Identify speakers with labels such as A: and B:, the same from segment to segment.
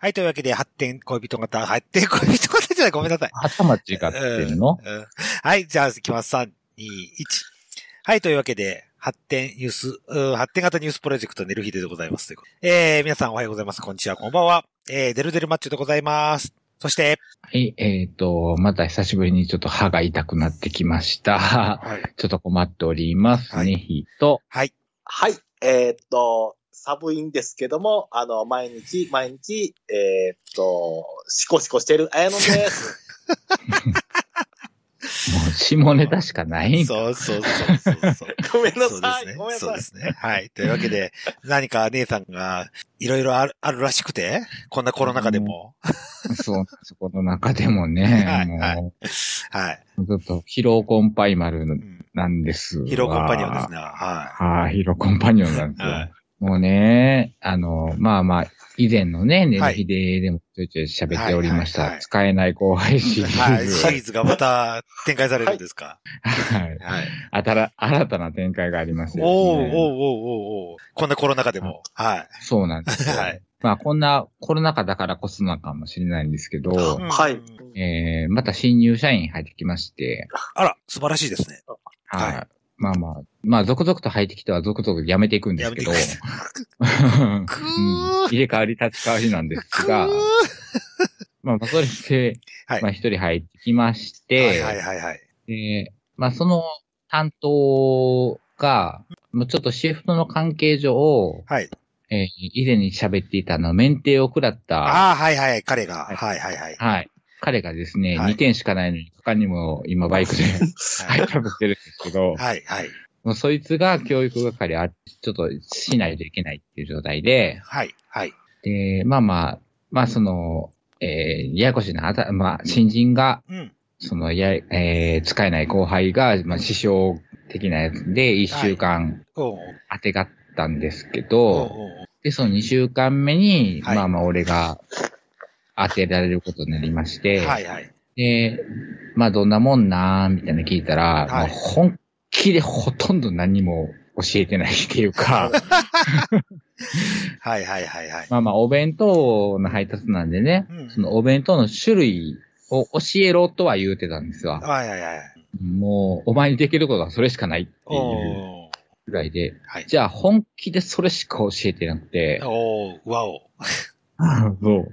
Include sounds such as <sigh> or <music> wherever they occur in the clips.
A: はい、というわけで、発展恋人型、発展恋人型じゃない、ごめんなさい。
B: 頭違ってるの
A: うんうんはい、じゃあ、いきます。3、2、1。はい、というわけで、発展ニュース、うん発展型ニュースプロジェクト、ネルヒデでございます。ということでえー、皆さんおはようございます。こんにちは、こんばんは。えー、デルデルマッチョでございます。そして、
B: はい、えっ、と、また久しぶりにちょっと歯が痛くなってきま
A: <laughs>
B: した。
A: はい。
B: ちょっと困っております。
A: はい
B: ネヒと。
A: はい。
C: はい。えーっと、寒いんですけども、あの、毎日、毎日、えーっと、シコシコしてるあやの
A: <laughs>
C: です。
B: もう下ネタしかないんか。
A: そうそうそうそうそう。
C: ごめんな
A: そうで
C: さ
A: す
C: い。
A: ね
C: ごめん。な
A: そう
C: さ
A: で
C: い。
A: すね。はい。というわけで、何か姉さんが、いろいろある、あるらしくて、こんなコロナ禍でも。
B: そう、そこの中でもね、
A: <laughs> はい
B: もう、
A: はいはい。
B: ちょっと疲労コンパイマル
A: うん
B: なんですわ。
A: ヒーローコンパニオンですね。は
B: はい、ヒーローコンパニオンなんです
A: い。
B: よ。
A: はい。
B: もうね、あの、まあまあ、以前のね、ネルヒデでもちょいちょい喋っておりました。
A: はいはいはい
B: 使えない後輩シリ
A: は
B: ー
A: <laughs> い。
B: ズ。
A: シリーズがまた展開されるんですか。
B: はい。
A: はい。
B: あたら、新たな展開がありまし
A: お
B: て
A: ーおー
B: です
A: おーおー
B: ね。
A: おーこんなコロナ禍でも。はい。
B: そうなんですよ。
A: <laughs> はい
B: まあ、こんなコロナ禍だからこそなのかもしれないんですけど
A: う、ん
C: はい。
B: えー、また新入社員入ってきまして、
A: あら、素晴らしいですね。
B: はい。
A: はい
B: まあまあ、まあ、続々と入ってきては続々辞めていくんで
A: や
B: す
A: め
B: け
A: て
B: ど
A: く、ださい。
B: <laughs> うん
A: くー
B: 入れ替わり立ち替わりなんです
A: くー
B: が、まあまあ、それで、
A: はい
B: まあ、一人入ってきまし
A: はい
B: て、
A: はいはいはい。
B: で、まあ、その担当が、もうちょっとシフトの関係上、
A: はい。
B: えー以前に喋っていたあの、免停を食らった、
A: ああ、はいはい。彼が。
B: はい
A: はいはいはい。
B: はい。彼がですね、
A: はい
B: 2点しかないのに、他にも今バイクで <laughs>
A: はい
B: 配達してるんですけど、
A: はいはい。
B: もうそいつが教育係あ、ちょっとしないといけないっていう状態で、
A: はいはい。
B: で、まあまあ、まあその、えーややこしいな、あたまあ、新人が、
A: うん。
B: その、や、えー使えない後輩が、まあ、師匠的なやつで、1週間
A: おう
B: 当てがったんですけ
A: おう
B: ど、
A: おうおう
B: で、その2週間目に、
A: はい
B: まあまあ、俺が当てられることになりまして、
A: はいはい。
B: で、まあ、どんなもんなーみたいなの聞いたら、
A: い
B: まあ本気でほとんど何も教えてないっていう
A: <laughs>
B: か、
A: はいはいはいはい。
B: まあまあ、お弁当の配達なんでね、
A: うん
B: そのお弁当の種類を教えろとは言うてたんですわ。
A: はいはいはい。
B: もう、お前にできることはそれしかないっていう
A: おう
B: ぐらいで、
A: はい。
B: じゃあ本気でそれしか教えてなくて、
A: おうわお。
B: そう。だか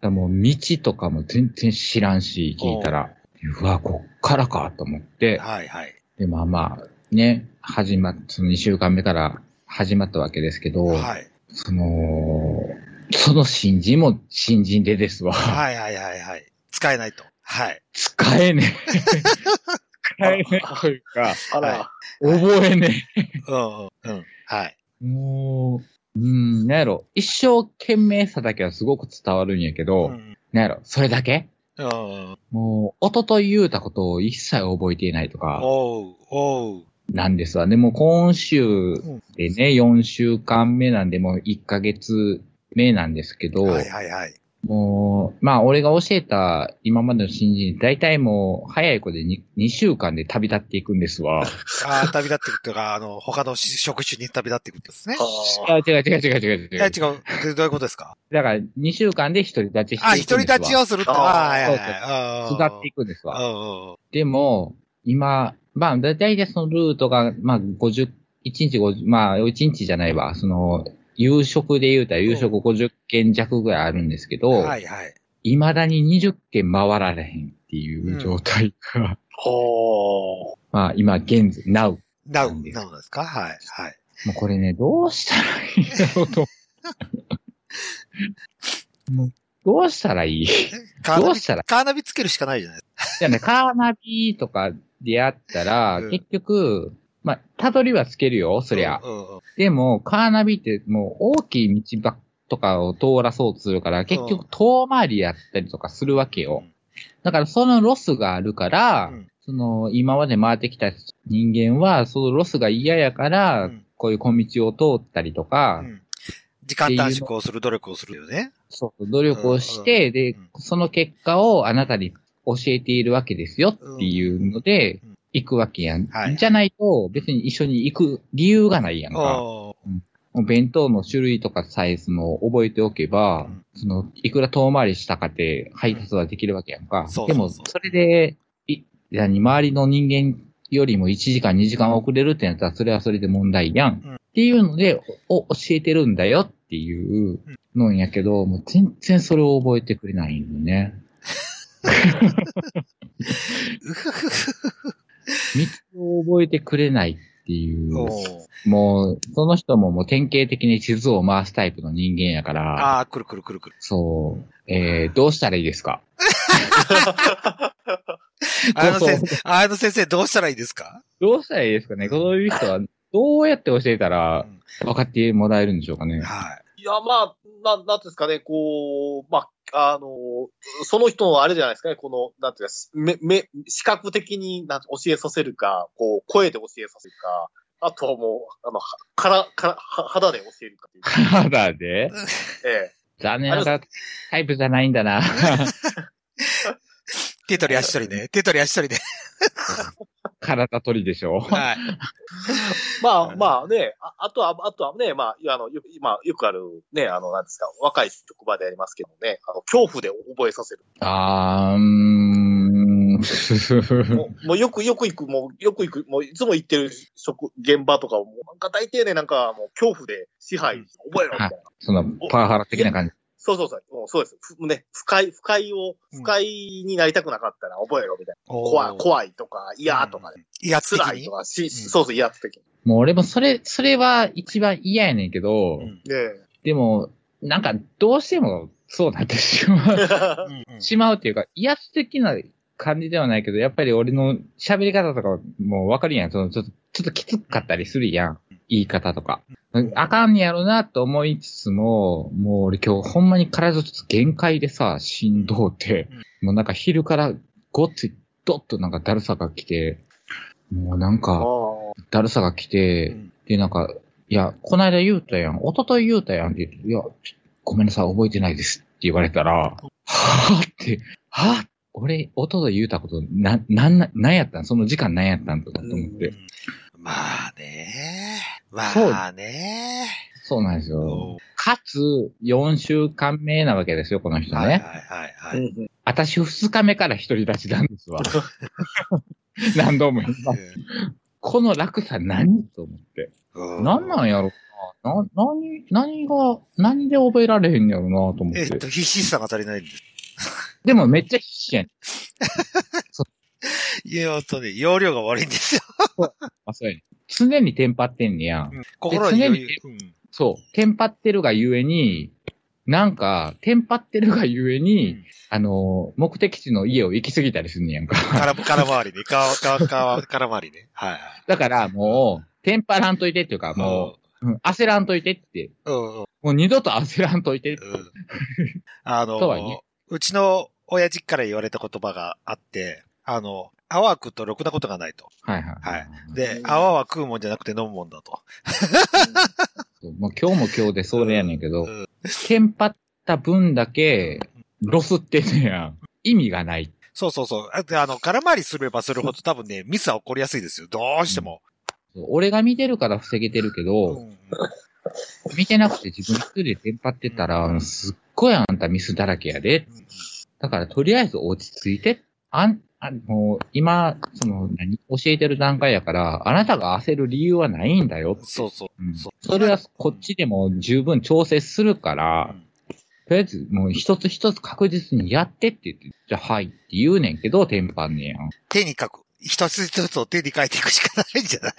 B: らもう道とかも全然知らんし、聞いたら、うわ、こっからかと思って、
A: はいはい。
B: で、まあまあ、ね、始まっ、その2週間目から始まったわけですけど、
A: はい。
B: その、その新人も新人でですわ。
A: はいはいはいはい。使えないと。はい。
B: 使えねえ。使えねえというか、
C: あら、
A: は
B: 覚えね
A: うんうんうん。はい。
B: え。もう、うん、なんやろ、一生懸命さだけはすごく伝わるんやけど、
A: うん
B: なんやろ、それだけ
A: うん。
B: もう、一昨日言うたことを一切覚えていないとか、
A: おう、おう。
B: なんですわ。でも今週
A: ん
B: でね、4週間目なんで、もう1ヶ月目なんですけど、
A: はいはいはい。
B: もう、まあ俺が教えた今までの新人、大体もう早い子で 2, 2週間で旅立っていくんですわ。
A: ああ、旅立っていくとか、あの、他のし職種に旅立っていくんですね。
B: あ
C: は
B: 違う違う違う違う違う
A: い
B: 違
A: や、
B: う
A: 違。う。でどういうことです
B: <laughs>
A: か
B: だから2週間で独り立ちしていくんですわ。
A: あ、一人立ちをするって。
C: あー
A: ああ、はいはいはい。
B: 育ってい
A: く
B: くんですわ。
A: わ。
B: でも、今、まあ大体そのルートが、まあ50、1日50、まあ1日じゃないわ、その、夕食で言うたら夕食50件弱ぐらいあるんですけど、
A: うんうん。はいはい。
B: 未だに20件回られへんっていう状態が、 <laughs>
C: <laughs> ほ
B: まあ今現在、now
A: な
B: な
A: うん
B: で、す
A: なうんですかはいはい。
B: もうこれね、どうしたらいいんだろう
A: <laughs>
B: と。もうどうしたらいい
A: カー
B: ど
A: ナ
B: う
A: ビ、
B: したら
A: カーナビつけるしかないじゃないです
B: じゃあね、カーナビとかでやったら、
A: うん
B: 結局、まあ、たどりはつけるよ、
A: か。
B: そりゃ。
A: うんうんうん
B: でも、カーナビってもう大きい道ばっとかを通らそうとするから、結局遠回りやったりとかするわけよ。だからそのロスがあるから、
A: うん
B: その今まで回ってきた人間は、そのロスが嫌やから、
A: うん
B: こういう小道を通ったりと
A: う
B: か、
A: ん時間短縮をする努力をするよね。
B: そう、努力をして、で、
A: うん
B: その結果をあなたに教えているわけですよっていうので
A: うん、
B: 行くわけやん。
A: はい
B: じゃないと、別に一緒に行く理由がないやんか。
A: おー
B: 弁当の種類とかサイズも覚えておけば、その、いくら遠回りしたかって配達はできるわけやんか。
A: そうそうそう
B: でも、それで、い、何、周りの人間よりも1時間2時間遅れるってなったら、それはそれで問題やん。
A: うん
B: っていうので、お、教えてるんだよっていうのんやけど、もう全然それを覚えてくれないんよね。道を覚えてくれないっていう。
A: <laughs> おー
B: もう、その人ももう典型的に地図を回すタイプの人間やから、
A: ああ、くるくるくるくる。
B: そう、えー、どうしたらいいですか
A: あの
B: そう
A: 先生、あの先生どうしたらいいですか
B: どうしたらいいですかねそういう人は、どうやって教えたら
A: うん
B: 分かってもらえるんでしょうか <laughs> ね
A: はい
C: や、まあ、な、なんていうんですかね、こう、まあ、あの、その人のあれじゃないですかね、この、なんていうか、しめ、め、視覚的になんて教えさせるか、こう、声で教えさせるか、あとはもう、あの、はから、から、は肌で教えるかっていう。
B: ただで、
C: え
B: 残念ながらタイプじゃないんだな。 <laughs>
A: い。手取り足取りね。手取り足取りね。
B: 体取りでし
A: <laughs>
B: ょ。
A: はい。
C: え。まあ、まあね、ああとは、あとはね、まあ、いやあの、よく、まあ、よくある、ね、あの、なんですか、若い職場でありますけどね、あの、恐怖で覚えさせる。
B: あー、うーん。 <laughs>
C: もう、もうよく、よく行く、もう、よく行く、もう、いつも行ってる職、現場とかを、もう、なんか大抵ね、なんか、もう、恐怖で支配、覚えろ、みたいな。
B: その、パワハラ的な感じ。
C: そうそうそう。もうそうです。ふね、不快、不快を、
A: うん
C: 不快になりたたくなかったら覚えろ、みたいな。怖い、
A: い。
C: 怖いとか、嫌とかね。
A: 威圧的
C: 辛い
A: に
C: と。か、し、
A: うん
C: そうそう、嫌的に。
B: もう俺もそれ、それは一番嫌やねんけど、
A: うん
C: ね
A: <laughs>
C: え。 <laughs>
B: でも、なんかどうしてもそうなってしまう。
A: うんうん
B: しまうっていうか、威圧的な感じではないけど、やっぱり俺の喋り方とかもわかるやん。そのちょっと、ちょっときつかったりするやん。言い方とか。あかんやろなと思いつつも、もう俺今日ほんまに体ちょっと限界でさ、しんどうて、もうなんか昼からごっついどっとなんかだるさが来て、もうなん
C: あ
B: か
C: あ
B: だるさが来て、
A: うん
B: で、なんか、いや、こないだ言うたやん、一昨日言うたやんって言って、いや、ちょごめんなさい、覚えてないですって言われたら、はぁって、はぁ俺、一昨日言うたこと、な、なんな、なんやったんその時間なんやったんとかと思っ
A: う
B: て。
A: んまあね。まあね。
B: そうなんですよ。
A: おー
B: かつ、4週間目なわけですよ、この人
A: はいはい
B: ね。
A: は
C: う
A: いはい。
C: ん
B: 私、2日目から独り立ちなんですわ。 <laughs> 何度も言います。この落差何と思って。何なんんやろな。な、何、何が、何で覚えられへんやろなと思っ。
A: えってと、必死さが足りないんです。
B: でもめっちゃ必死やん。
A: いや、ほんとね、容量が悪いんですよ。
B: あ、そうやね。常にテンパってんねやん。
A: 心に余裕。うん
B: そう。テンパってるがゆえに、なんか、テンパってるがゆえに、
A: うん
B: あのー、目的地の家を行き過ぎたりすんねやん
A: <laughs>
B: か。
A: から、から回りね。かわ、かわ、かわ、から回りね。はいはい。
B: だからもう、テンパらんといてっていうか、もう、うん焦らんといてって。
A: う、うんうん。
B: もう二度と焦らんといて。
A: うんあの
B: とはいえ、
A: うちの親父から言われた言葉があって、あの、泡くとろくなことがないと。
B: はいはい。
A: はいで
C: う、ん
A: 泡は食うもんじゃなくて飲むもんだと。
B: そうもう今日も今日でそれやねんけど、
A: うん
B: テンパった分だけ、ロスってんねやん。意味がない。
A: そうそうそう。あであの、空回りすればするほど多分ね、ミスは起こりやすいですよ。どうしても。
B: 俺が見てるから防げてるけど、
A: うんうん
B: 見てなくて自分一人でテンパってたら、すっごいあんたミスだらけやで。だからとりあえず落ち着いて。あん、あもう今、その何、教えてる段階やから、あなたが焦る理由はないんだよ。
A: そうそうう。
B: ん
A: そ
B: そうれはこっちでも十分調整するか
A: う
B: ら
A: ん、
B: とりあえずもう一つ一つ確実にやってって言って、じゃあはいって言うねんけど、テンパんねやん。
A: 手に書く。一つ一つを手に書いていくしかないんじゃない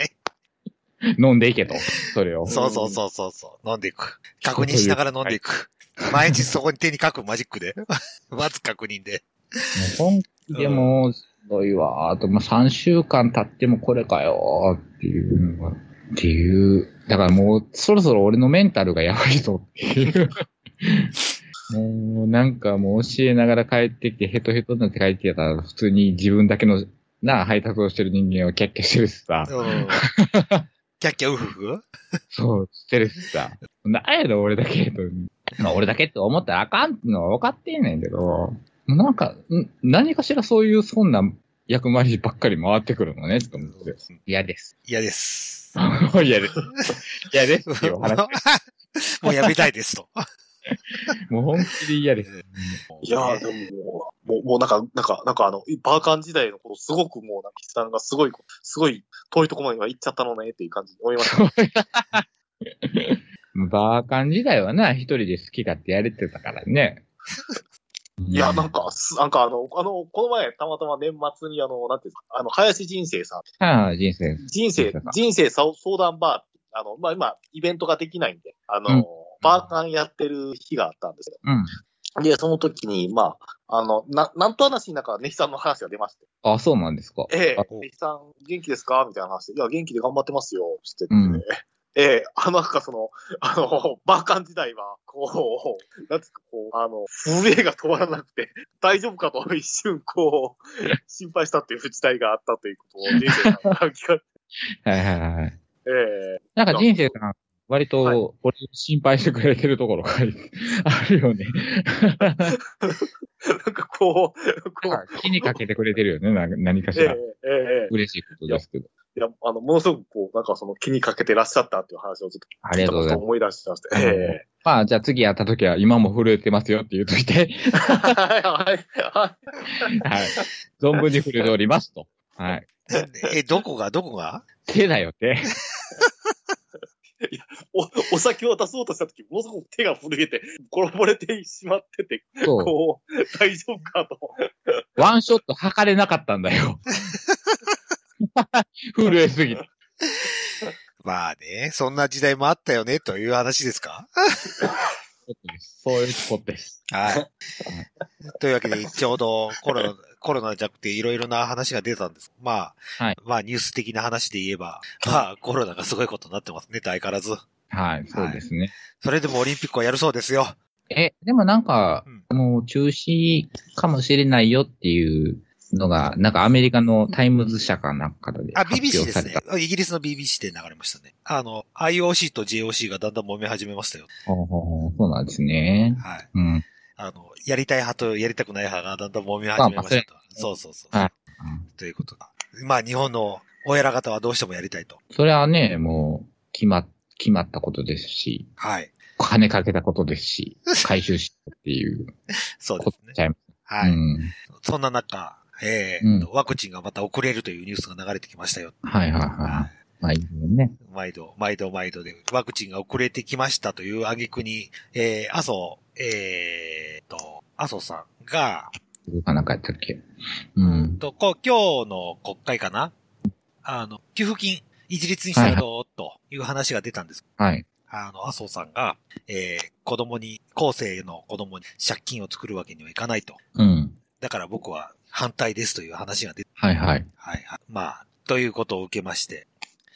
B: 飲んでいけと。そ
A: <laughs>
B: れを。
A: そうそうそうそうそう。飲んでいく。確認しながら飲んでいく。毎日そこに手に書くマジックで。 <laughs> まず確認で。
B: もう本気でも、すごいわ。あと、まあ、3週間経ってもこれかよ、っていうのが、っていう。だからもう、そろそろ俺のメンタルがやばいぞっていう。もう、なんかもう教えながら帰ってきて、ヘトヘトになって帰ってきたら、普通に自分だけの、なあ、配達をしてる人間はキャッキャしてるしさ。
A: うん。キャッキャウフフ
B: そう、してるしさ。なんやろ、俺だけと。まあ、俺だけって思ったらあかんってのは分かってんねんけど、なんか、ん何かしらそういうそんな役回りばっかり回ってくるのね、と思って。嫌です。
A: 嫌です。
B: 嫌 <laughs> です。嫌ですよ。話
A: <laughs> もうやめたいですと。 <laughs>
B: もう本気で嫌です。
C: いやー、でももう、もう、もうなんか、なんか、なんかあの、バーカン時代のこと、すごくもう、なんか、筆談がすごい、すごい遠いところまで今行っちゃったのねっていう感じに思いました。
B: バーカン時代はな、一人で好き勝手やれてたから <laughs> ね。
C: いや、なんか、すなんかあの、あの、この前、たまたま年末に、あの、なんていうんですか、あの、林人生さん、
B: ああ、人生。
C: 人生、人生相相談バーって、あの、まあ、今、イベントができないんで、あの、
B: うん
C: バーカンやってる日があったんですよ。
B: うん。
C: で、その時に、まあ、あの、な、なんと話になんか、ネヒさんの話が出まして、
B: あ、そうなんですか。
C: ええ
B: あ、
C: ネヒさん、元気ですかみたいな話で、いや、元気で頑張ってますよ、つってて、
B: うん
C: ええあの、なんかその、あの、バーカン時代は、こう、なんつうか、こう、あの、震えが止まらなくて、大丈夫かと一瞬、こう、心配したっていう時代があったということを、人生さんが聞かれて、
B: はいはいはいはい。
C: ええ
B: なんか人生さん、割
C: はい
B: と、俺を心配してくれてるところが <laughs> あるよね。
C: なんかこう、こう、
B: 気にかけてくれてるよね、な何かし
C: ええ
B: ら。
C: ええええ
B: 嬉しいことですけど。
C: いや、あの、ものすごくこう、なんかその気にかけてらっしゃったっていう話をちょっと
B: あり
C: 聞い
B: がと
C: た
B: う
C: こ
B: ござい
C: とを
B: ます。
C: 思い出しまして、
B: あり
C: え
B: がとうございます
C: え
B: まあ、じゃあ次会った時は、今も震えてますよって言うといて、
C: はい、はい、
B: <laughs> はい。存分に触れておりますと。はい。
A: え、どこがどこが
B: 手だよ、手。
C: お、お <laughs> 酒を出そうとした時、ものすごく手が震えて、転ぼれてしまってて、
B: そ
C: こう、大丈夫かと。
B: う。ワンショット測れなかったんだ
C: <laughs>
B: よ。震えすぎて。
A: まあね、そんな時代もあったよね、という話ですか
B: そういうスポットです。 <laughs>
A: はい。というわけで、ちょうどコロナ、コロナじゃなくていろいろな話が出たんです。まあ、
B: はい
A: まあニュース的な話で言えば、まあコロナがすごいことになってますね、相変わらず。
B: はい、そうですね。
A: それでもオリンピックはやるそうですよ。
B: え、でもなんか、
A: うん
B: もう中止かもしれないよっていうのが、なんかアメリカのタイムズ社かなんかで
A: あ、
B: 発表
A: BBC で
B: さ
A: す
B: れ
A: ね
B: た。。
A: イギリスの BBC で流れましたね。あの、IOC と JOC がだんだん揉め始めましたよ。
B: ほうほうほうそうなんですね。
A: はい。
B: うん。
A: あの、やりたい派とやりたくない派がだんだん揉め始めましたと。そうそうそう。
B: はい
A: ということだ。まあ日本のお偉方はどうしてもやりたいと。
B: それはね、もう、決ま、決まったことですし、
A: はい。
B: 金かけたことで
A: <laughs>
B: すし、回収したっていう
A: そうで
B: こ
A: す
B: と
A: ね。
B: ちゃいま
A: はい。
B: うん。
A: そんな中、えー
B: うん
A: とワクチンがまた遅れるというニュースが流れてきましたよ。
B: はいはいはい。まあいいよね。
A: 毎度、毎度、毎度で、ワクチンが遅れてきましたという挙句に、えー、麻生、えー、と、麻生さんが、
B: どうかなんかやったっけ。うん。
A: と、こう、今日の国会かなあの、給付金、一律にしたらどうという話が出たんです。
B: はい。
A: あの、麻生さんが、えー、子供に、後世の子供に借金を作るわけにはいかないと。
B: うん。
A: だから僕は反対ですという話が出て、
B: はいはい。
A: はいはい。まあ、ということを受けまして、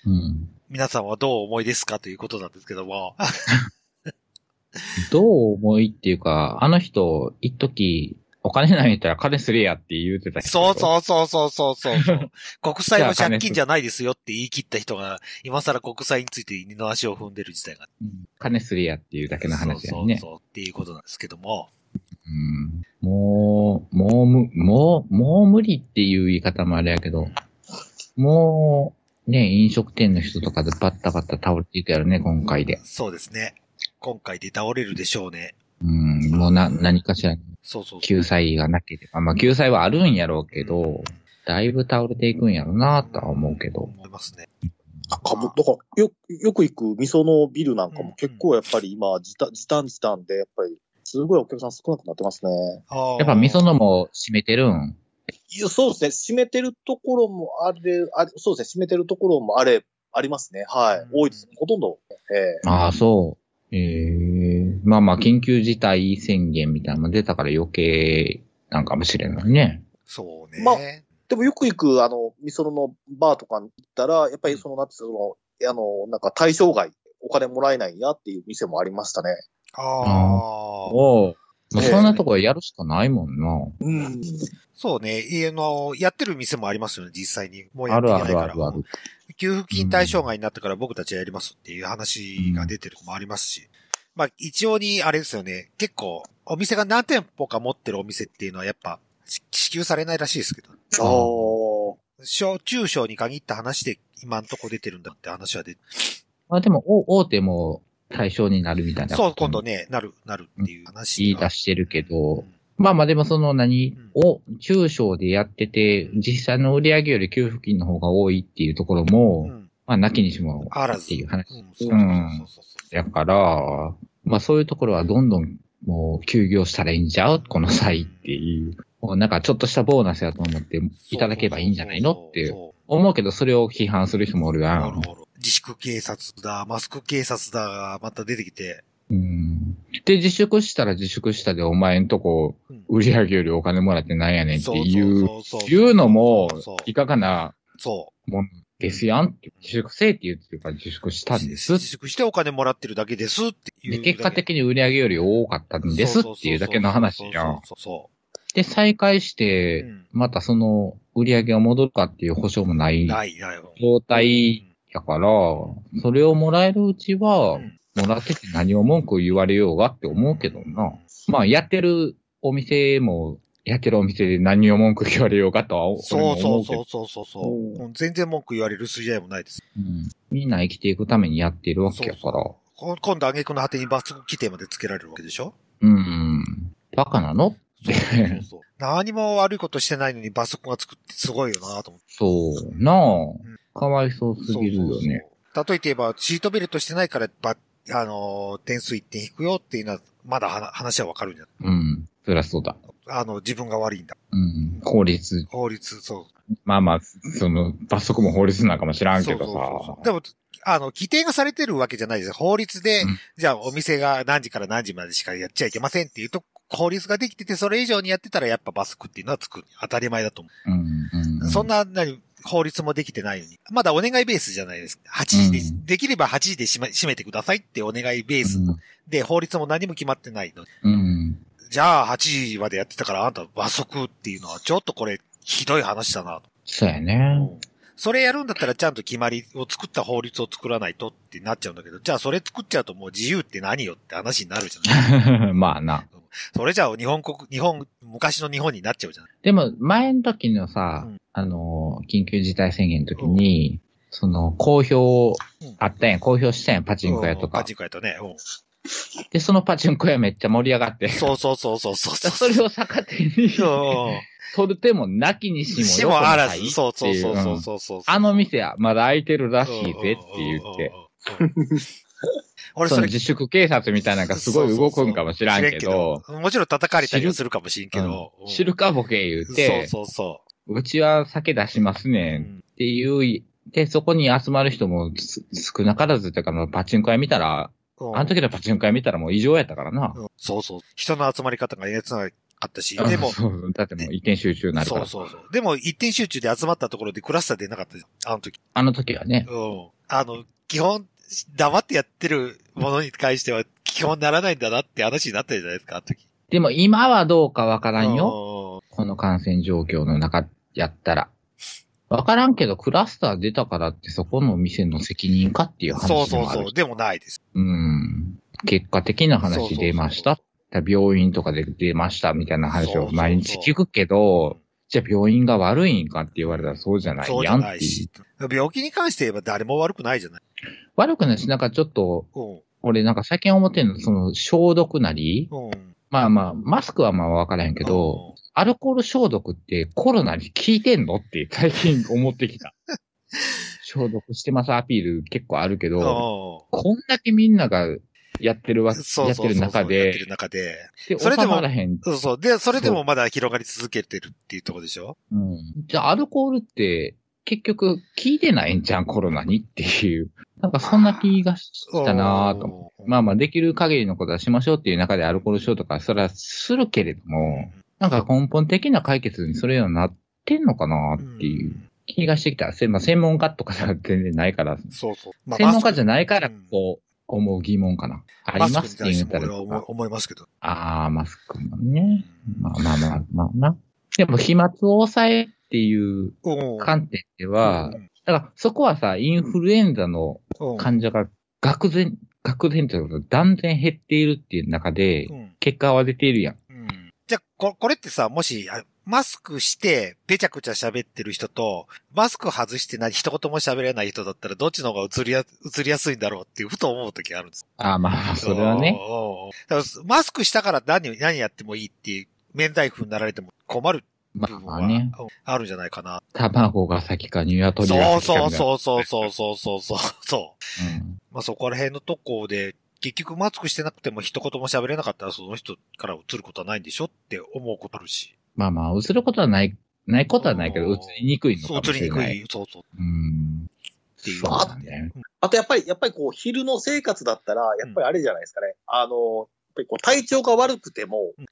B: うん。
A: 皆さんはどうお思いですかということなんですけども。
B: どう思いっていうか、あの人、一時、お金ないんやったら金すれやって言うてた人。
A: そう
B: う。
A: そうそうそうそう
B: <laughs>
A: そうそう。国債は借金じゃないですよって言い切った人が、今更国債について二の足を踏んでる時代が。
B: ん、金すれやっていうだけの話だよね。
A: そうそうそうっていうことなんですけども。
B: うんもう、もうむ、もう、もう無理っていう言い方もあれやけど、もう、ね、飲食店の人とかでバッタバッタ倒れていたよね、今回で。
A: そうですね。今回で倒れるでしょうね。
B: うん、もうな、何かしら
A: そうそうそう。
B: 救済がなければ、まあ救済はあるんやろうけ
A: うん
B: ど、だいぶ倒れていくんやろうなとは思うけど。
A: 思いますね。
C: なんかもう、だから、よ、よく行く味噌のビルなんか
A: うん
C: も結構やっぱり今、時短、時短時短で、やっぱり、すごいお客さん少なくなってますね。
A: や
B: やっぱ味噌のも閉めてるん。
C: いやそうですね。閉めてるところもあれ、あれそうですね。閉めてるところもあれ、ありますね。はい。
A: うん
C: 多いです。ほとんど。え
B: ああ、そう。ええまあまあ緊急事態宣言みたいなのも出たから余計なんかもしれないね。
A: そうね。
C: まえでもよく行く、あの、味噌のバーとかに行ったら、やっぱりその、なんていうの、あの、なんか対象外、お金もらえないやっていう店もありましたね。
A: ああ。
B: おまあ、
C: ええ
B: そんなとこやるしかないもんな。
C: うん。
A: そうね。あの、やってる店もありますよね、実際に。もうや
B: あ
A: ってい
B: る
A: けな
B: あ
A: いから。
B: るあるある。
A: 給付金対象外になったから僕たちはやりますっていう話が出てる子もありますし、まあ一応にあれですよね、結構お店が何店舗か持ってるお店っていうのはやっぱし支給されないらしいですけど、
C: ああ。
A: 小、中小に限った話で今んとこ出てるんだって話は出て、
B: あ、でも、お大手も対象になるみたいな。
A: そう、今度。ね、なる、なるっていう話。
B: 言い出してるけど、まあまあでもその何を中小でやってて、実際の売り上げより給付金の方が多いっていうところ
A: う
B: も、
A: ん。
B: まあなきにしも
A: あらず。
B: っていう話。
A: うん、そうそうそうそう。
B: だから、まあそういうところはどんどんもう休業したらいいんじゃうこの際っていう。もうなんかちょっとしたボーナスやと思っていただけばいいんじゃないのって
A: そう
B: 思うけど、それを批判する人もおるや
A: おる
B: ん。
A: おる自粛警察だ、マスク警察だがまた出てきて、
B: うん。で、自粛したら自粛したでお前んとこ
A: うん
B: 売り上げよりお金もらってなんやねんっていう、
A: そうそうそうそう
B: いうのも
A: そう、
B: いかがな
A: そ
B: もんですやんって。自粛せえって言ってるから自粛し
A: う。
B: たんで
A: 自
B: す。
A: 粛してお金もらってるだけですっていうだ
B: で、
A: け。
B: 結果的に売り上げより多かったんですっていうだけの話やん。
A: そうそ
B: で、再開し
A: う。
B: て、
A: うん
B: またその売り上げが戻るかっていう保証もない
A: ない、ない。
B: 状態やから、それをもらえるうちは、
A: うん
B: もらってて何を文句言われようがって思うけどな。まあ、やってるお店も、やってるお店で何を文句言われようかとは俺も
A: そうそ
B: 思
A: う
B: うけ
A: そ
B: ど
A: う、そうそうそう。うん全然文句言われる筋合いもないです。
B: うんみんな生きていくためにやってるわけやから。う
A: こ今度、挙句の果てに罰則規定までつけられるわけでしょ
B: ん。バカなの <laughs>
A: そうそうそう。何も悪いことしてないのに罰則がつくってすごいよなと思って。
B: そう。なあ。かわいそうす
A: そう
B: ぎるよね。
A: そうそう。例えて言えば、シートベルトしてないから、ば、あのー、点数1点引くよっていうのは、まだはな話はわかるんじゃない
B: うん。そりゃそうだ。
A: あの、自分が悪いんだ。
B: うん。法律
A: 法律、そう。
B: まあまあ、その、罰則も法律なんかも知らんけど
A: そうそうそう
B: さ
A: そう。でも、あの、規定がされてるわけじゃないです。法律で、
B: うん
A: じゃあお店が何時から何時までしかやっちゃいけませんっていうと、法律ができてて、それ以上にやってたらやっぱ罰則っていうのはつく。当たり前だと思
B: うん
A: う。
B: うん
A: そんな、何、法律もできてないのに。まだお願いベースじゃないです。8時で、
B: うん
A: できれば8時で閉め閉めてくださいってお願いベースで、法律も何も決まってないの。
B: うん。
A: じゃあ8時までやってたからあんた罰則っていうのはちょっとこれ、ひどい話だなと。
B: そうやね。 <laughs>
A: それやるんだったらちゃんと決まりを作った法律を作らないとってなっちゃうんだけど、じゃあそれ作っちゃうともう自由って何よって話になるじゃない
B: まあな。
A: それじゃあ日本国、日本、昔の日本になっちゃうじゃない
B: でも、前の時のさ、
A: うん
B: あの、緊急事態宣言の時に、その、公表
A: うん
B: あったやん、公表したやん、パチンコ屋と
A: うん
B: か
A: パチ。ンコ屋とね。うん
B: で、そのパチンコ屋めっちゃ盛り上がって。
A: そうそうそうそうそうう。
B: <laughs> それを逆手
A: う
B: に、
A: ん。
B: 取る手もなき
A: <laughs>
B: にし
A: し
B: もよ
A: も
B: く
A: あら
B: ないってい
A: ず。そうそうそうそううんそうそう。
B: あの店はまだ開いてるら
A: ら
B: しいぜって言って。。
A: うんうんうんうん <laughs> 俺
B: そ
A: そ
B: の
A: れ
B: 自粛警察みたいなのがすごい動くんかもしらん
A: 知
B: けど、
A: れんけどもちろん叩かれたりはするかもしれんけど。うん
B: 知るかボケ言う
A: そう
B: て、
A: そうそう
B: ちは酒出します
A: う。う
B: ねんっ
A: ん
B: ていう、で、そこに集まる人もす少なからずというか、まあパチンコ屋見たら、
A: うん
B: あの時のパチンコ屋見たらもう異常やったからな。
A: うんそうそう。人の集まり方がえげつなかったし、
B: あ
A: でも、
B: <laughs> そうそうだってもう一点集中になるか
A: そう
B: ら。
A: そうそう。でも、一点集中で集まったところでクラスター出なかったじゃんあの時。
B: あの時はね。
A: うん。あの、基本、黙ってやってるものに関しては、基本ならないんだなって話になったじゃないですか、あの時。
B: でも今はどうかわからんよ。
A: よ。
B: この感染状況の中やったら。わからんけど、クラスター出たからってそこの店の責任かっていう話
A: そう
B: で
A: そう
B: もある
A: そう。でもないです。
B: うん。結果的な
A: そうそうそ
B: 話
A: う
B: 出ました。病院とかで出ましたみたいな話
A: そうそう
B: を
A: そう
B: 毎日聞くけど、じゃあ病院が悪いんかって言われたらそうじゃない
A: そうじ
B: や
A: ゃ
B: ん
A: な
B: っ
A: い
B: ていう
A: し。病気に関して言えば誰も悪くないじゃない。
B: 悪くないし、なんかちょっと、
A: うん。
B: 俺なんか最近思ってんの、その消毒なり、
A: うん。
B: まあまあ、マスクはまあわからへんけど、アルコール消毒ってコロナに効いてんのって最近思って
A: <laughs>
B: きた。消毒してますアピール結構あるけ
A: うん、
B: ど、
A: そ
B: こんだけみんながやってるわ、
A: うそう
B: やっ
A: そう。
B: てる中
A: やっ
B: で
A: て、る中で。
B: で、
A: それでも
B: 収まらへん。
A: そうそう。で、それでもまだ広がり続けてるっていうところでしょ
B: うん。じゃあ、アルコールって、結局、効いてないんじゃん、コロナにっていう。 <laughs> なんか、そんな気がしたなぁと思う。
A: うん
B: まあまあ、できる限りのことはしましょうっていう中でアルコール消毒は、それはするけれども、なんか根本的な解決にそれようになってんのかなっていう気がしてきた。せまあ、専門家とかでは全然ないから、
A: そうそう。ま
B: 専門家じゃないから
A: うん、
B: こう、思う疑問かな。あ
A: マ
B: り
A: ス
B: ま
A: クに
B: すって
A: 対し
B: 言
A: て
B: った
A: も
B: ら
A: 俺は思い思いますけど。
B: ああ、マスクもね。まあまあまあ、まあな。でも、飛沫を抑えっていう
A: うん
B: 観点では
A: う、ん
B: だからそこはさ、インフルエンザの
A: うん
B: 患者が愕然、愕然というか断然減っているっていう中で
A: う、ん
B: 結果は出ているやん。
A: うんじゃあこ、これってさ、もし、あマスクして、べちゃくちゃ喋ってる人と、マスク外して何、一言も喋れない人だったら、どっちの方が映りや、映りやすいんだ <laughs> ろうっていう、ふと思う時があるんです。
B: ああ、まあ、それはね。
A: おうおうおう。だからマスクしたから何、何やってもいいっていう、面台風になられても困る部
B: ま
A: 分は、
B: あね。
A: うんあるんじゃないかな。
B: 卵が先か、鶏が
A: そう
B: 先かみたいな。
A: そうそうそうそうそうそうそうそう。
B: うん。
A: まあそこら辺のとこで、結局マスクしてなくても一言も喋れなかったらその人から映ることはないんでしょって思うことあるし。
B: まあまあ、映ることはない、ないことはないけど、
A: うん
B: 映りにくいのか
A: そう
B: もし
A: 映り
B: れ
A: にく
B: ない。
A: い。そうそう。
B: うん。
A: っていう
B: そう
A: のがあ
B: な
A: っ
B: ん
A: て。
B: だよね。
C: あとやっぱり、やっぱりこう、昼の生活だったら、やっぱりあれじゃないですかね。あの、やっぱりこう、体調が悪くても、
A: うん
C: こ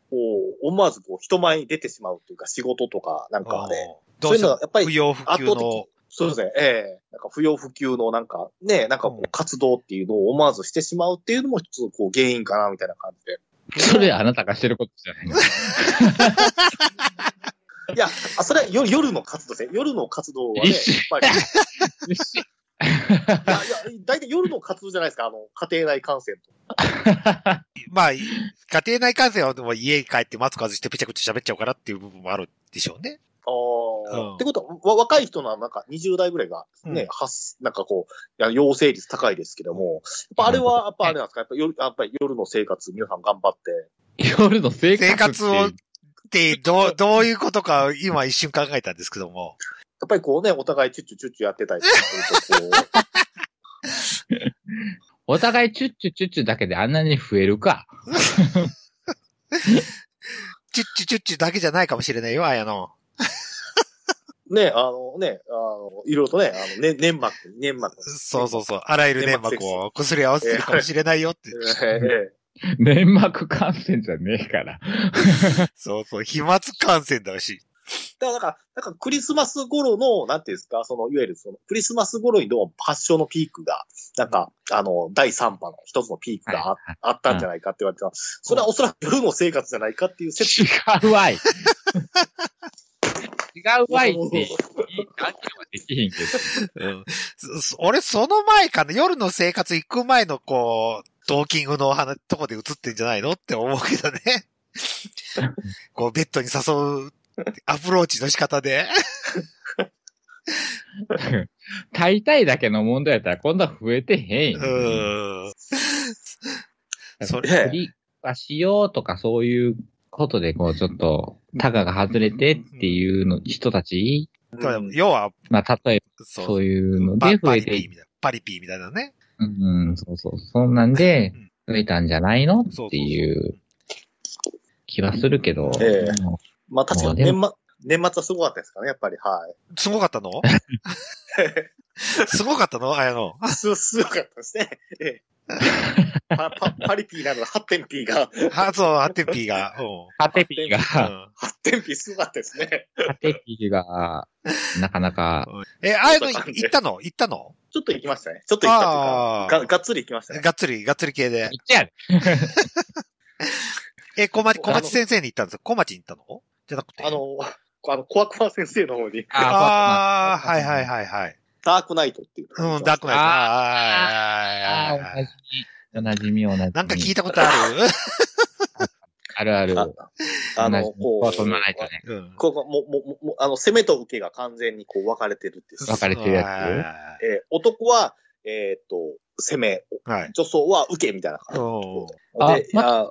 C: う、思わずこう、人前に出てしまうというか、仕事とかなんかで、
A: うんどうして
C: そういうの
A: も
C: はやっぱり
A: 不要不急
C: 圧倒
A: の
C: 的。そうですね、ええなんか不要不急のなんか、ね、なんかこ
A: うん
C: う、活動っていうのを思わずしてしまうっていうのも、ちょっとこう、原因かな、みたいな感じで。
B: それあなたがしてることじ
A: <laughs>
B: ゃないの。
C: いや、あ、それは夜夜の活動ですね。夜の活動はね、やっ
B: 一緒
C: ぱり。
B: 一緒
C: いや、いや、大体夜の活動じゃないですか、あの、家庭内感染と。
A: まあ、家庭内感染はでも家帰ってマスク外してぺちゃくちゃ喋っちゃうからっていう部分もあるでしょうね。
C: ああ、
A: うん
C: ってことは、わ若い人のなんか20代ぐらいがね、
A: うん
C: 発なんかこう、いや陽性率高いですけども、やっぱあれは、やっぱあれなんですか、やっぱ夜やっぱり夜の生活、皆さん頑張って。
B: 夜の生活って。
A: 生活をって、どう、どういうことか今一瞬考えたんですけども。
C: やっぱりこうね、お互いチュッチュチュッチュやってたりとかすると、こう、
B: お互いチュッチュチュッチュだけであんなに増えるか。
A: チュッチュチュッチュだけじゃないかもしれないよ、あやの。 <laughs>
C: ね、あのね、あの、いろいろとね、あの、ね、粘膜、粘膜。
A: <laughs> そうそうそう。あらゆる粘膜をこすり合わせてるかもしれないよって。
C: ええ
B: 粘膜感染じゃねえから。
A: そうそう。飛沫感染だし。
C: だから、なんか、なんかクリスマス頃の、なんていうんですか、その、いわゆるその、クリスマス頃にどうも発症のピークが、なんか、あの、第3波の一つのピークがあ,、あったんじゃないかって言われてた。それはおそらく夜の生活じゃないかっていう説
B: 違うわい。違うわいって言い、断言はできへんけど。
A: うん。そそ <laughs> 俺、その前かな。夜の生活行く前の、こう、ドーキングのお話、とこで映ってんじゃないのって思うけど
B: <laughs>
A: ね。こう、ベッドに誘うアプローチの仕方で。
B: 大体だけの問題やったら今度は増えてへん
A: う
B: よ。
A: ん。それ、
B: クリはしようとかそういうことで、こう、ちょっと、タガが外れてっていうの、人たち、
A: 要は、
B: まあ、例えば
A: そ
B: そういうの
A: パ
B: で増
A: パ
B: え
A: リピ
B: てい
A: ーみたいな。パリピーみたいなね。
B: うん、そうそう。そんなんで
A: うん、
B: 増えたんじゃないのっ
A: そうそうそう
B: ていう気はするけど、
C: ええ
B: でも
C: まあ確かに
B: もう
C: 年末、年末はすごかったですかね、やっぱり、はい。 <laughs>
A: すごか
B: <laughs>
A: ったのすごかったのあやの。
C: す、すごかったですね。ええパパパリピーなのハッテンピーが、
A: あ、そう、ハテピーが。うん
B: ハテピー
A: う
B: が、
A: ん。
C: ハッテンピーすごかったですね。
B: ハテピーが、なかなか、
A: え、あやの、行ったの行ったの
C: ちょっと行きましたね。ちょっと行った
A: あー
C: というか、ががっつり行きましたね。
A: がっつり、がっつり系で。
B: いっちゃう。
A: え、小町、
C: あの
A: 小町先生に行ったんですか小町に行ったのじゃなくて。
C: あ、の、あの、コアクマ先生の方に、
A: ああ、はいはいはいはい。
C: ダークナイトっていう。
A: うん、ダークナイト。
B: あ
A: あ
B: あ、おなじみ、おなじみ、おなじみ。
A: なんか聞いたことあ <laughs>
B: あるある。
C: ああの、こ
B: こ
C: う、
B: う、そんなないとね。
A: るうん。
C: ここもう、もう、もうもう、あの、攻めと受けが完全にこう分かれてるっていう。
B: 分かれてるやつ
A: は
C: えー男は、えーっと、攻め、
A: いはい。
C: 女装は受けみたいな感
A: うん
B: あ
C: じ。で、
B: ま
C: あ、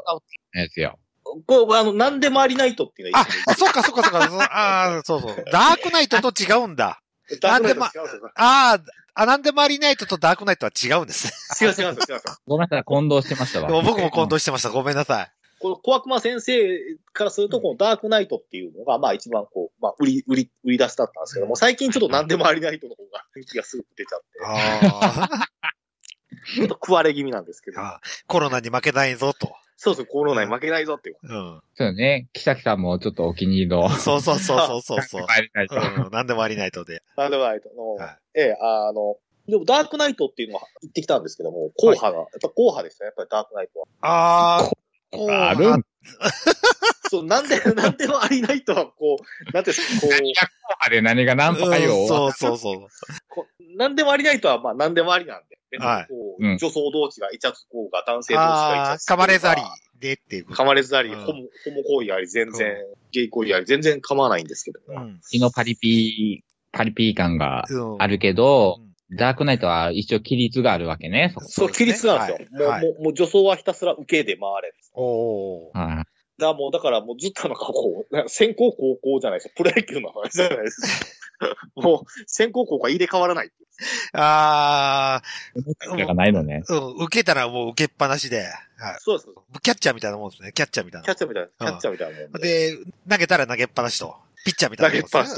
B: ですよ。
C: こう、あの、なんでもありナイトっていうのがいい
A: あ、そうかそうかそうか。そうああ、そうそう。ダークナイトと違うんだ。
C: ですね。ダークナイト違うんですよ
A: あーあ、なんでもありナイトとダークナイトは違うんですね。
C: 違う違う違う違うんですよ。
B: ごめんなさい、混同してましたわ。
A: 僕も混同してました。ごめんなさい。
C: この小悪魔先生からすると、このダークナイトっていうのが、まあ一番こう、まあ売り、売り、売り出しだったんですけども、最近ちょっと何でもありナイトの方が <laughs> 人気がすごく出ちゃって、
A: あー
C: ちょっと食われ気味なんですけ
A: <laughs>
C: ど、
A: あー、コロナに負けないぞと。
C: そうそう、コロナに負けないぞっていう。
A: うん。
B: そうよね。キサキさんもちょっとお気に入りの。
A: そうそうそうそうそう。
B: 帰りたいと
A: うん、なんでもありないとで。
C: ダークナイトの、
A: はい
C: ええ、あの、でもダークナイトっていうのは行ってきたんですけども、硬派が、やっぱ硬派でしたね、やっぱりダークナイトは。
A: ああ、こう。
B: あるん
C: そう、なんで、 <laughs> なんでもありナイトは、こう、なんていうんですか、こ
B: 何が後派で何が何派よ。
A: うんそうそうそう。
C: う、こうなんでもありナイトは、まあ、なんでもありなんで、でも
A: はい
C: こ
B: う
C: う、
B: ん
C: 女装同士がイチャつこうが、男性同士が
A: あ
C: イチャつこう
A: あ、
C: が。
A: 噛まれざりでっていうこと。
C: 噛まれざり、
A: うん
C: ホモ、ホモ行為あり、全然、
A: う
C: ゲイ行為あり、全然構わないんですけど、
A: うん。
B: 血のパリピー、パリピー感が
A: うん
B: あるけど
A: う、ん
B: ダークナイトは一応規律があるわけね、そこ。
C: そう、規律なんですよ。
A: はい
C: もう、もう、もう女装はひたすら受けで回れる。
A: おー。
B: はい
C: だからもう、だからもうずっとなんかこう、先行高校じゃないですか。プロ野球の話じゃないですか。 <laughs> もう、先行高校は入れ替わらない。
A: あ
B: 規律がないのね。
A: あ、うん、受けたらもう受けっぱなしで、はい。
C: そうです。
A: キャッチャーみたいなもんですね。キャッチャーみたい
C: キャ
A: な。
C: ッチャーみたいな、キャッチャーみたいなもんで。
A: で、投げたら投げっぱなしと。ピッチャーみたいなもんですね。
C: 投げっ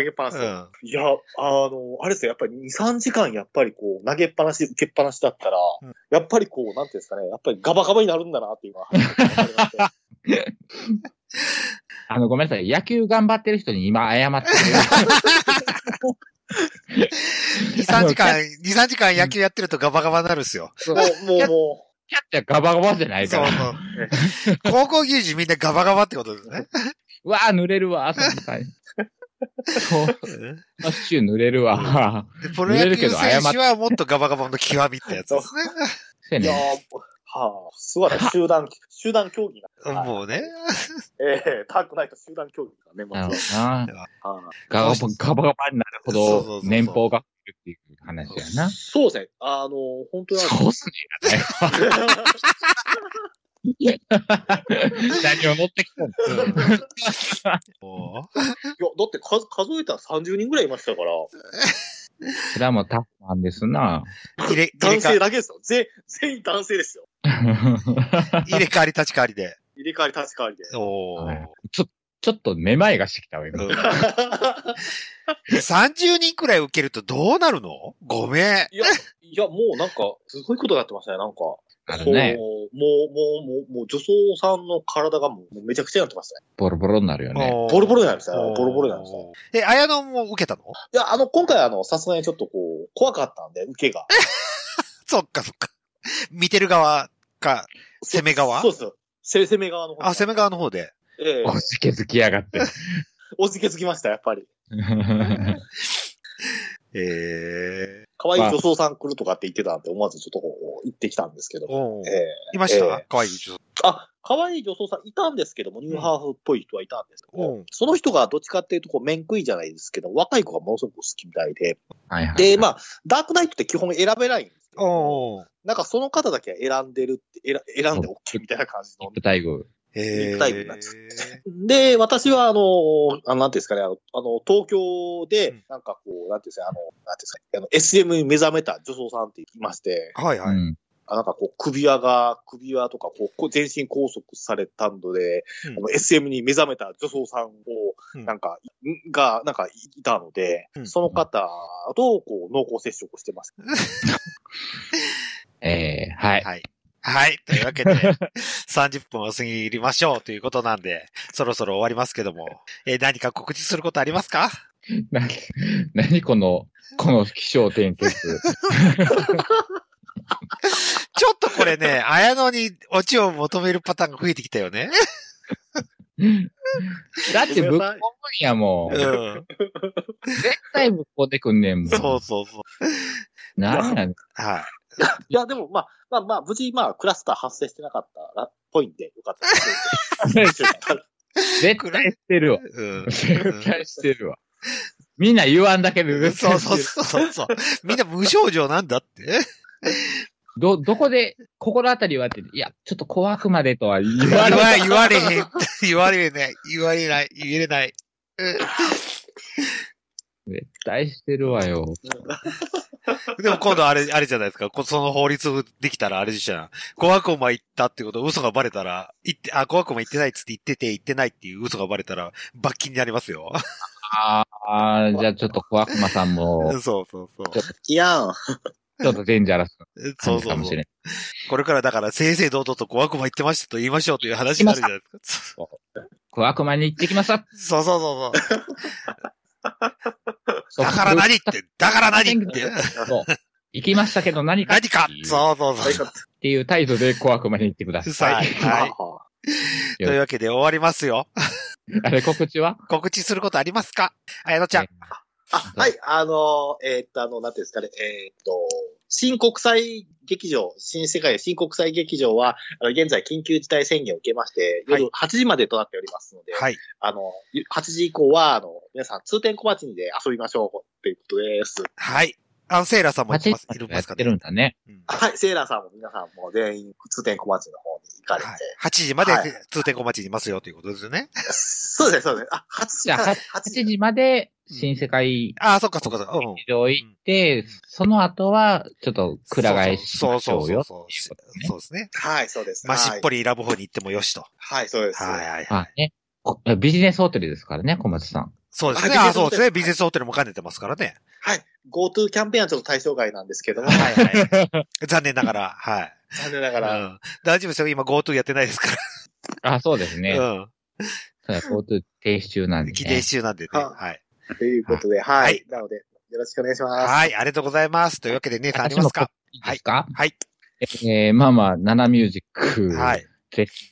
C: 投げっぱなし
A: う
C: と
A: ん。うん。
C: いや、あの、あれですよ、やっぱり2、3時間やっぱりこう、投げっぱなし、受けっぱなしだったら、
A: うん
C: やっぱりこう、なんていうんですかね、やっぱりガバガバになるんだなっていうの <laughs> は、はい
B: あの、ごめんなさい。野球頑張ってる人に今謝って
A: <laughs>
B: る。
A: 2、3時間、2、3時 <laughs> 間野球やってるとガバガバになるんですよ。
C: もう、もう、も
B: キャッチャーガバガバじゃないか
A: そう
B: ら。
A: そう。
C: <laughs>
A: 高校球児みんなガバガバってことですね。
B: うわぁ、濡れるわ、その際。そう。
A: <laughs>
B: マッシュ濡れるわ。
A: でプロ野球選手はもっとガバガバの極みってやつですね。
B: そう
C: う、いやー、
B: やね。
C: はあ、すごい、集団、集団競技が、はい
A: もうね。
C: ええダークナイト集団競技がね、
B: なる
C: まず
B: ほどな。
C: ははい
B: ガバガバガバになる
A: そうそうそう
B: ほど、
A: そう
B: 年俸が増えるっていう話やな。
C: そうですね、あの、本当に
B: そうっすね。 <laughs> 何を乗ってきたんだ <laughs>
A: うんもう
C: いや、だって数数えたら30人ぐらいいましたから、
B: それはもうタフなんですな。
A: 入れ、入れ
C: 男
A: か
C: 性、だけですよ。全、全員男性ですよ。
A: 入れ替わり立ち替わりで。
C: 入れ替わり立ち替わりで。
A: おお。
B: ちょ、ちょっとめまいがしてきたわ、今。
A: 30人くらい受けるとどうなるのごめん。
C: いや、いや、もうなんか、すごいことになってましたね、なんか。
B: あるね
C: こうもう、もう、もう、もう、女装さんの体がもう、もうめちゃくちゃになってましたね。
B: ボロボロになるよね。
A: ボ
C: ボロボロになりましたね。ボロボロになりましたね。
A: した。え、綾野も受けたの
C: いや、あの、今回あの、さすがにちょっとこう、怖かったんで、受けが。
A: そっかそっか。見てる側か、攻め側
C: そうですよ。せ攻め側の方。
A: あ、攻め側の方で。
C: ええ
B: おじけづきやが
A: <laughs>
B: って。
C: おじけつきました、やっぱり。
A: ええ
C: 可愛い女装さん来るとかって言ってたんで、思わずちょっとこう、行ってきたんですけど。
A: おう
C: ええ
A: いました
C: え
A: かわいい女
C: あ、可愛い女装さんいたんですけども、ニューハーフっぽい人はいたんですけど、
A: うん
C: その人がどっちかっていうと、こう、面食いじゃないですけど、若い子がものすごく好きみたいで、
B: はいはい。
C: で、まあ、ダークナイトって基本選べないんですけど、
A: おう
C: なんかその方だけは選んでるって、選選んで OK みたいな感じ
B: ト
C: の
B: ップ。待遇。
A: ええ
C: 肉体美なんでで、私は、あの、あのなんていうんですかね、あの、あの東京
A: う
C: で
A: ん、
C: なんかこう、なんていうんですか、あの、なんていうんですか、あの、SM に目覚めた女装さんっていまして、
A: はいは
B: う
A: い。
B: ん。
C: あなんかこう、首輪が、首輪とかこうこう、全身拘束されたので、
A: うん
C: あの SM に目覚めた女装さんを
A: うん、
C: なんか、んが、なんかいたので、
A: うん
C: その方とこう濃厚接触をしてます。
B: ええはい。 <laughs>
A: はい。はい。というわけで、30分を過ぎりましょうということなんで、そろそろ終わりますけども、えー何か告知することありますか
B: な、何この、この気象転結。
A: ちょっとこれ
B: <laughs>
A: ね、綾野にオチを求めるパターンが増えてきたよね。
B: だってぶっこむんやも。
A: うんん。
B: 絶対ぶっこんでくんねんもん。
A: そうそうそう。
B: なんやねん。
A: はい。
C: いや、でもまあ、まあまあ、無事まあ、クラスター発生してなかったらっぽいんで、よかったです。
A: <laughs>
B: 絶対してるわ。
A: うん。
B: 絶対してるわ。みんな言わんだけで
A: うん
B: <laughs> 絶
A: そ
B: 対
A: う
B: して
A: そ
B: る
A: うそうそう。みんな無症状なんだって。
B: ど、どこで、心当たりはって、いや、ちょっと怖くまでとは <laughs> 言
A: 言
B: わ
A: われ、
B: れ
A: 言われへん。言われない。言われない。言えない。
B: 絶対してるわよ。
A: でも今度あれ、あれじゃないですか。こその法律できたらあれじゃん。小悪魔行ったってこと、嘘がバレたら、言って、あ、小悪魔行ってないっつって言ってて、行ってないっていう嘘がバレたら、罰金になりますよ。
B: ああ、じゃあちょっと小悪魔さん
A: そう
B: も、
A: そうそう。
C: いやん。
B: ちょっとデンジャラス
A: そ
B: な
A: う
B: 感じ
A: そ
B: か
A: う
B: もし
A: そう
B: れん。。
A: これからだから、正々堂々と小悪魔行ってましたと言いましょうという話になるじゃないですか。
B: 小悪魔に行ってきました。
A: そうそうそうそう。だから何って、だから何
C: <laughs>
A: って、
B: そう行きましたけど何か
A: 何かそうそう
C: はい
A: そう。
B: っていう態度で小悪魔に行ってくだ
A: さ
B: さ
A: あ、
B: い。
A: はい。というわけで終わりますよ。
B: あれ、告知は
A: 告知することありますか綾野ちゃん。
C: あ、はい、あの、えーっと、あの、なんていうんですかね、えーっと、新国際劇場、新世界新国際劇場は、あの現在緊急事態宣言を受けまして、
A: はい
C: 夜8時までとなっておりますので、
A: はい。
C: あの、8時以降は、あの、皆さん通天小町にで遊びましょうっていうことです。
A: はい。あの、セイラさんも行ってます、いるん
B: や
A: で
B: っ
A: すか
B: て
A: ね。
B: るんだね。
A: うん
C: はい、セーラーさんも皆さんも全員通天小町の方に行か
A: はい
C: れて、。
A: 8時まで
C: はい
A: 通天小町にいますよということですよね。
C: そうですね、そうですね。あ、8時
B: じゃあ、
C: から
B: 8時まで新世界
A: ああ、そっかそっかそっか。うん。
B: 劇場行って、その後は、ちょっと、くら替えし
A: そ
B: ま
A: う
B: し
A: そ
B: ょ
A: う
B: う
A: そ
B: よ。
A: う
B: って
A: そ
B: いうこと
A: う。
B: ね
A: そうですね。
C: はい、そうです。
A: まあ、しっぽ
C: り。
A: りラブホに行ってもよしと。
C: はい、そうです。
A: はいはいはい。
B: まあね。こビジネスホテルですからね、小松さん。
A: そうですね。
C: あ
A: あ
C: ビジネスホテ
A: あ、そう
C: ル
A: です
C: は
A: ね。
C: い
A: ビジネスホテルも兼ねてますからね。
C: はい。GoTo キャンペーンはちょっと対象外なんですけども、
A: はいはい。残念ながら、はい。
C: <laughs> 残念なが
A: う
C: ら、
A: ん大丈夫ですよ。今 GoTo やってないですか
B: あ、そうですね。
A: ら。うん。
B: ただ、GoTo 停止中なんで、
A: 規定
B: ね。
A: 中なんでね。
C: は
A: はい。
C: ということで、はい。
A: はい
C: なので、よろしくお願いします。
A: はい。ありがとうございます。というわけで、姉さんありますか
B: いいですか
A: はい。
B: えー、まあまあ、ナナミュージック。
A: はい。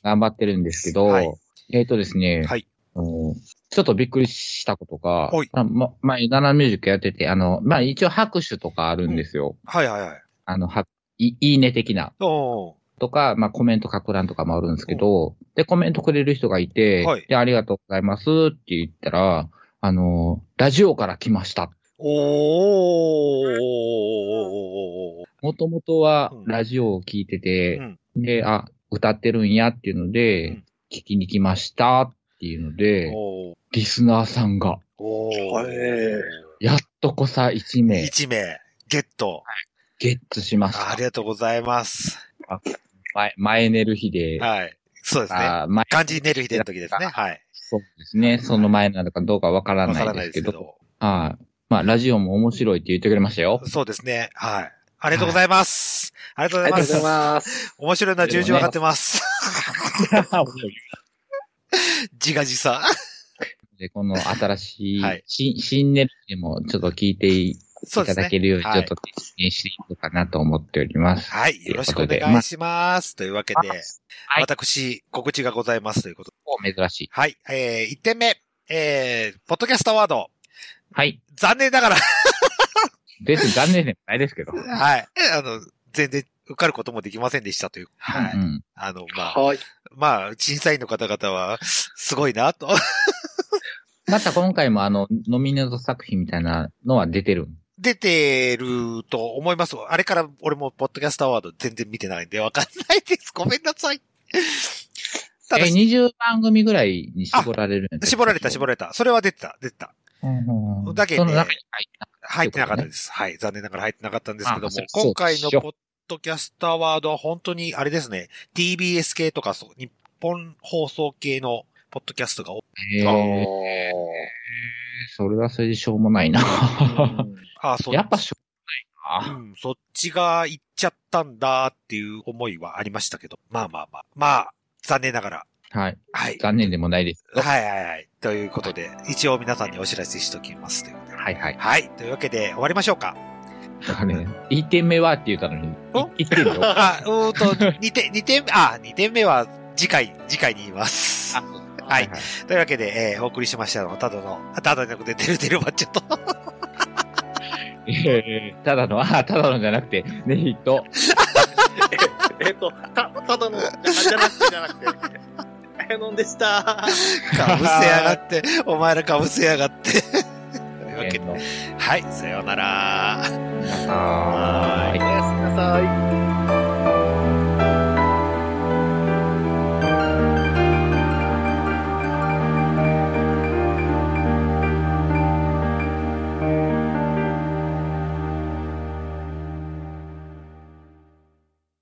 B: 頑張ってるんですけど、
A: はい
B: えっ、とですね、
A: はい
B: あのちょっとびっくりしたことが
A: はい、
B: まあ、ま前、ナナミュージックやってて、あの、まあ、一応拍手とかあるんですよ。
A: はいはいはい。
B: あの、はい、いいね的な。
A: お
B: とか、まあ、コメント書く欄とかもあるんですけど、で、コメントくれる人がいて、
A: はい
B: で、ありがとうございますって言ったら、あの、ラジオから来ました。
A: おお
B: もともとは
A: うん
B: ラジオを聞いてて、
A: うん
B: で、あ、歌ってるんやっていうので、
A: うん
B: 聞きに来ましたっていうので、
A: お
B: リスナーさんが、
A: お
C: はい
B: やっとこさ1名
A: 一名、ゲット。
B: ゲットしまし
A: あ
B: た
A: り。がとうございます。
B: 前、前寝る日で、
A: はい。そうですね。
B: あ前、
A: 漢字寝る日での時ですね。はい。
B: そうですね。その前なのかどうかわから
A: わ
B: な
A: から
B: い
A: な
B: で
A: いで
B: す
A: すけ
B: けど、
A: ど。
B: はい。まあ、ラジオも面白いって言ってくれましたよ。
A: そうですね。はい。ありがとうございます。ありがとう
C: ありが
A: ご
C: とう
A: ざ
C: ござ
A: い
C: い
A: ます。
C: ます。
A: 面白いのは重々わかってます。 <laughs> 自画自賛。
B: で、この新しい、
A: はい
B: 新新ネルでもちょっと聞いてい
A: そうで
B: た
A: す
B: だ
A: ね
B: け。るように、
A: はい
B: ちょっと実現していこうかなと思っております。
A: はい。よろしくお
B: ということ
A: 願
B: で
A: いします。というわけで、
B: はい
A: 私、告知がございますということで。
B: お珍しい。
A: はい。えー、1点目。えー、ポッドキャストアワード。
B: はい。
A: 残念ながら、
B: 別に残念でもないですけど。は
A: はい。あの、全然受かることもできませんでしたという。 <laughs> は
B: う
A: い。
B: ん。
A: あの、まあ、
C: はい。
A: まあ、審査員の方々は、すごいなと。
B: また今回もあの、ノミネート作品みたいなのは出てるん
A: 出てると思います。あれから俺もポッドキャストアワード全然見てないんでわかんないです。ごめんなさい。ただ
B: え、、20番組ぐらいに絞られるんです
A: 絞られた、絞ら
B: ら
A: れた。それは出てた、出てた。
B: れた。うんうん
A: だけで
B: その中に入った。
A: 入ってなかったです。はい。残念ながら入ってなかったんですけども
B: あそう、
A: 今回
B: そ
A: の
B: うでしょ
A: ポッドキャストアワードは本当に、あれですね、TBS 系とか、そう日本放送系のポッドキャストが多い、
B: えー、それはそれでしょうもないな。
A: ああ、そう。
B: やっぱしょうもないうな。
A: ん、そっちが行っちゃったんだっていう思いはありましたけど、まあまあまあ、まあ、残念ながら、
B: はい。
A: はい。
B: 残念でもないですけど。
A: はいはいはい。ということで、一応皆さんにお知らせしておきますということで。
B: はいはい。
A: はい。というわけで、終わりましょうか。
B: あれ、1点目はって言ったのに、い1点 <laughs> よ。
A: あ、
B: あ、
A: うーんと、2点、 <laughs> 二点目、あ、二点目は次回、次回に言います。はい。というわけで、えーお送りしましたのは、ただの、あただじゃなくて、てるてるマッチョと、
B: えーただの、あ、ただのじゃなくて、ネヒと、
C: えっと、た、ただの、あじゃなくて、じゃ <laughs> なくて。えのんでした。
A: かぶせやがって、お前らかぶせやがって。というわけ
B: え
A: で、
B: の
A: はい、さようなら。
B: あー
C: おやすみなさ
A: 「
C: い。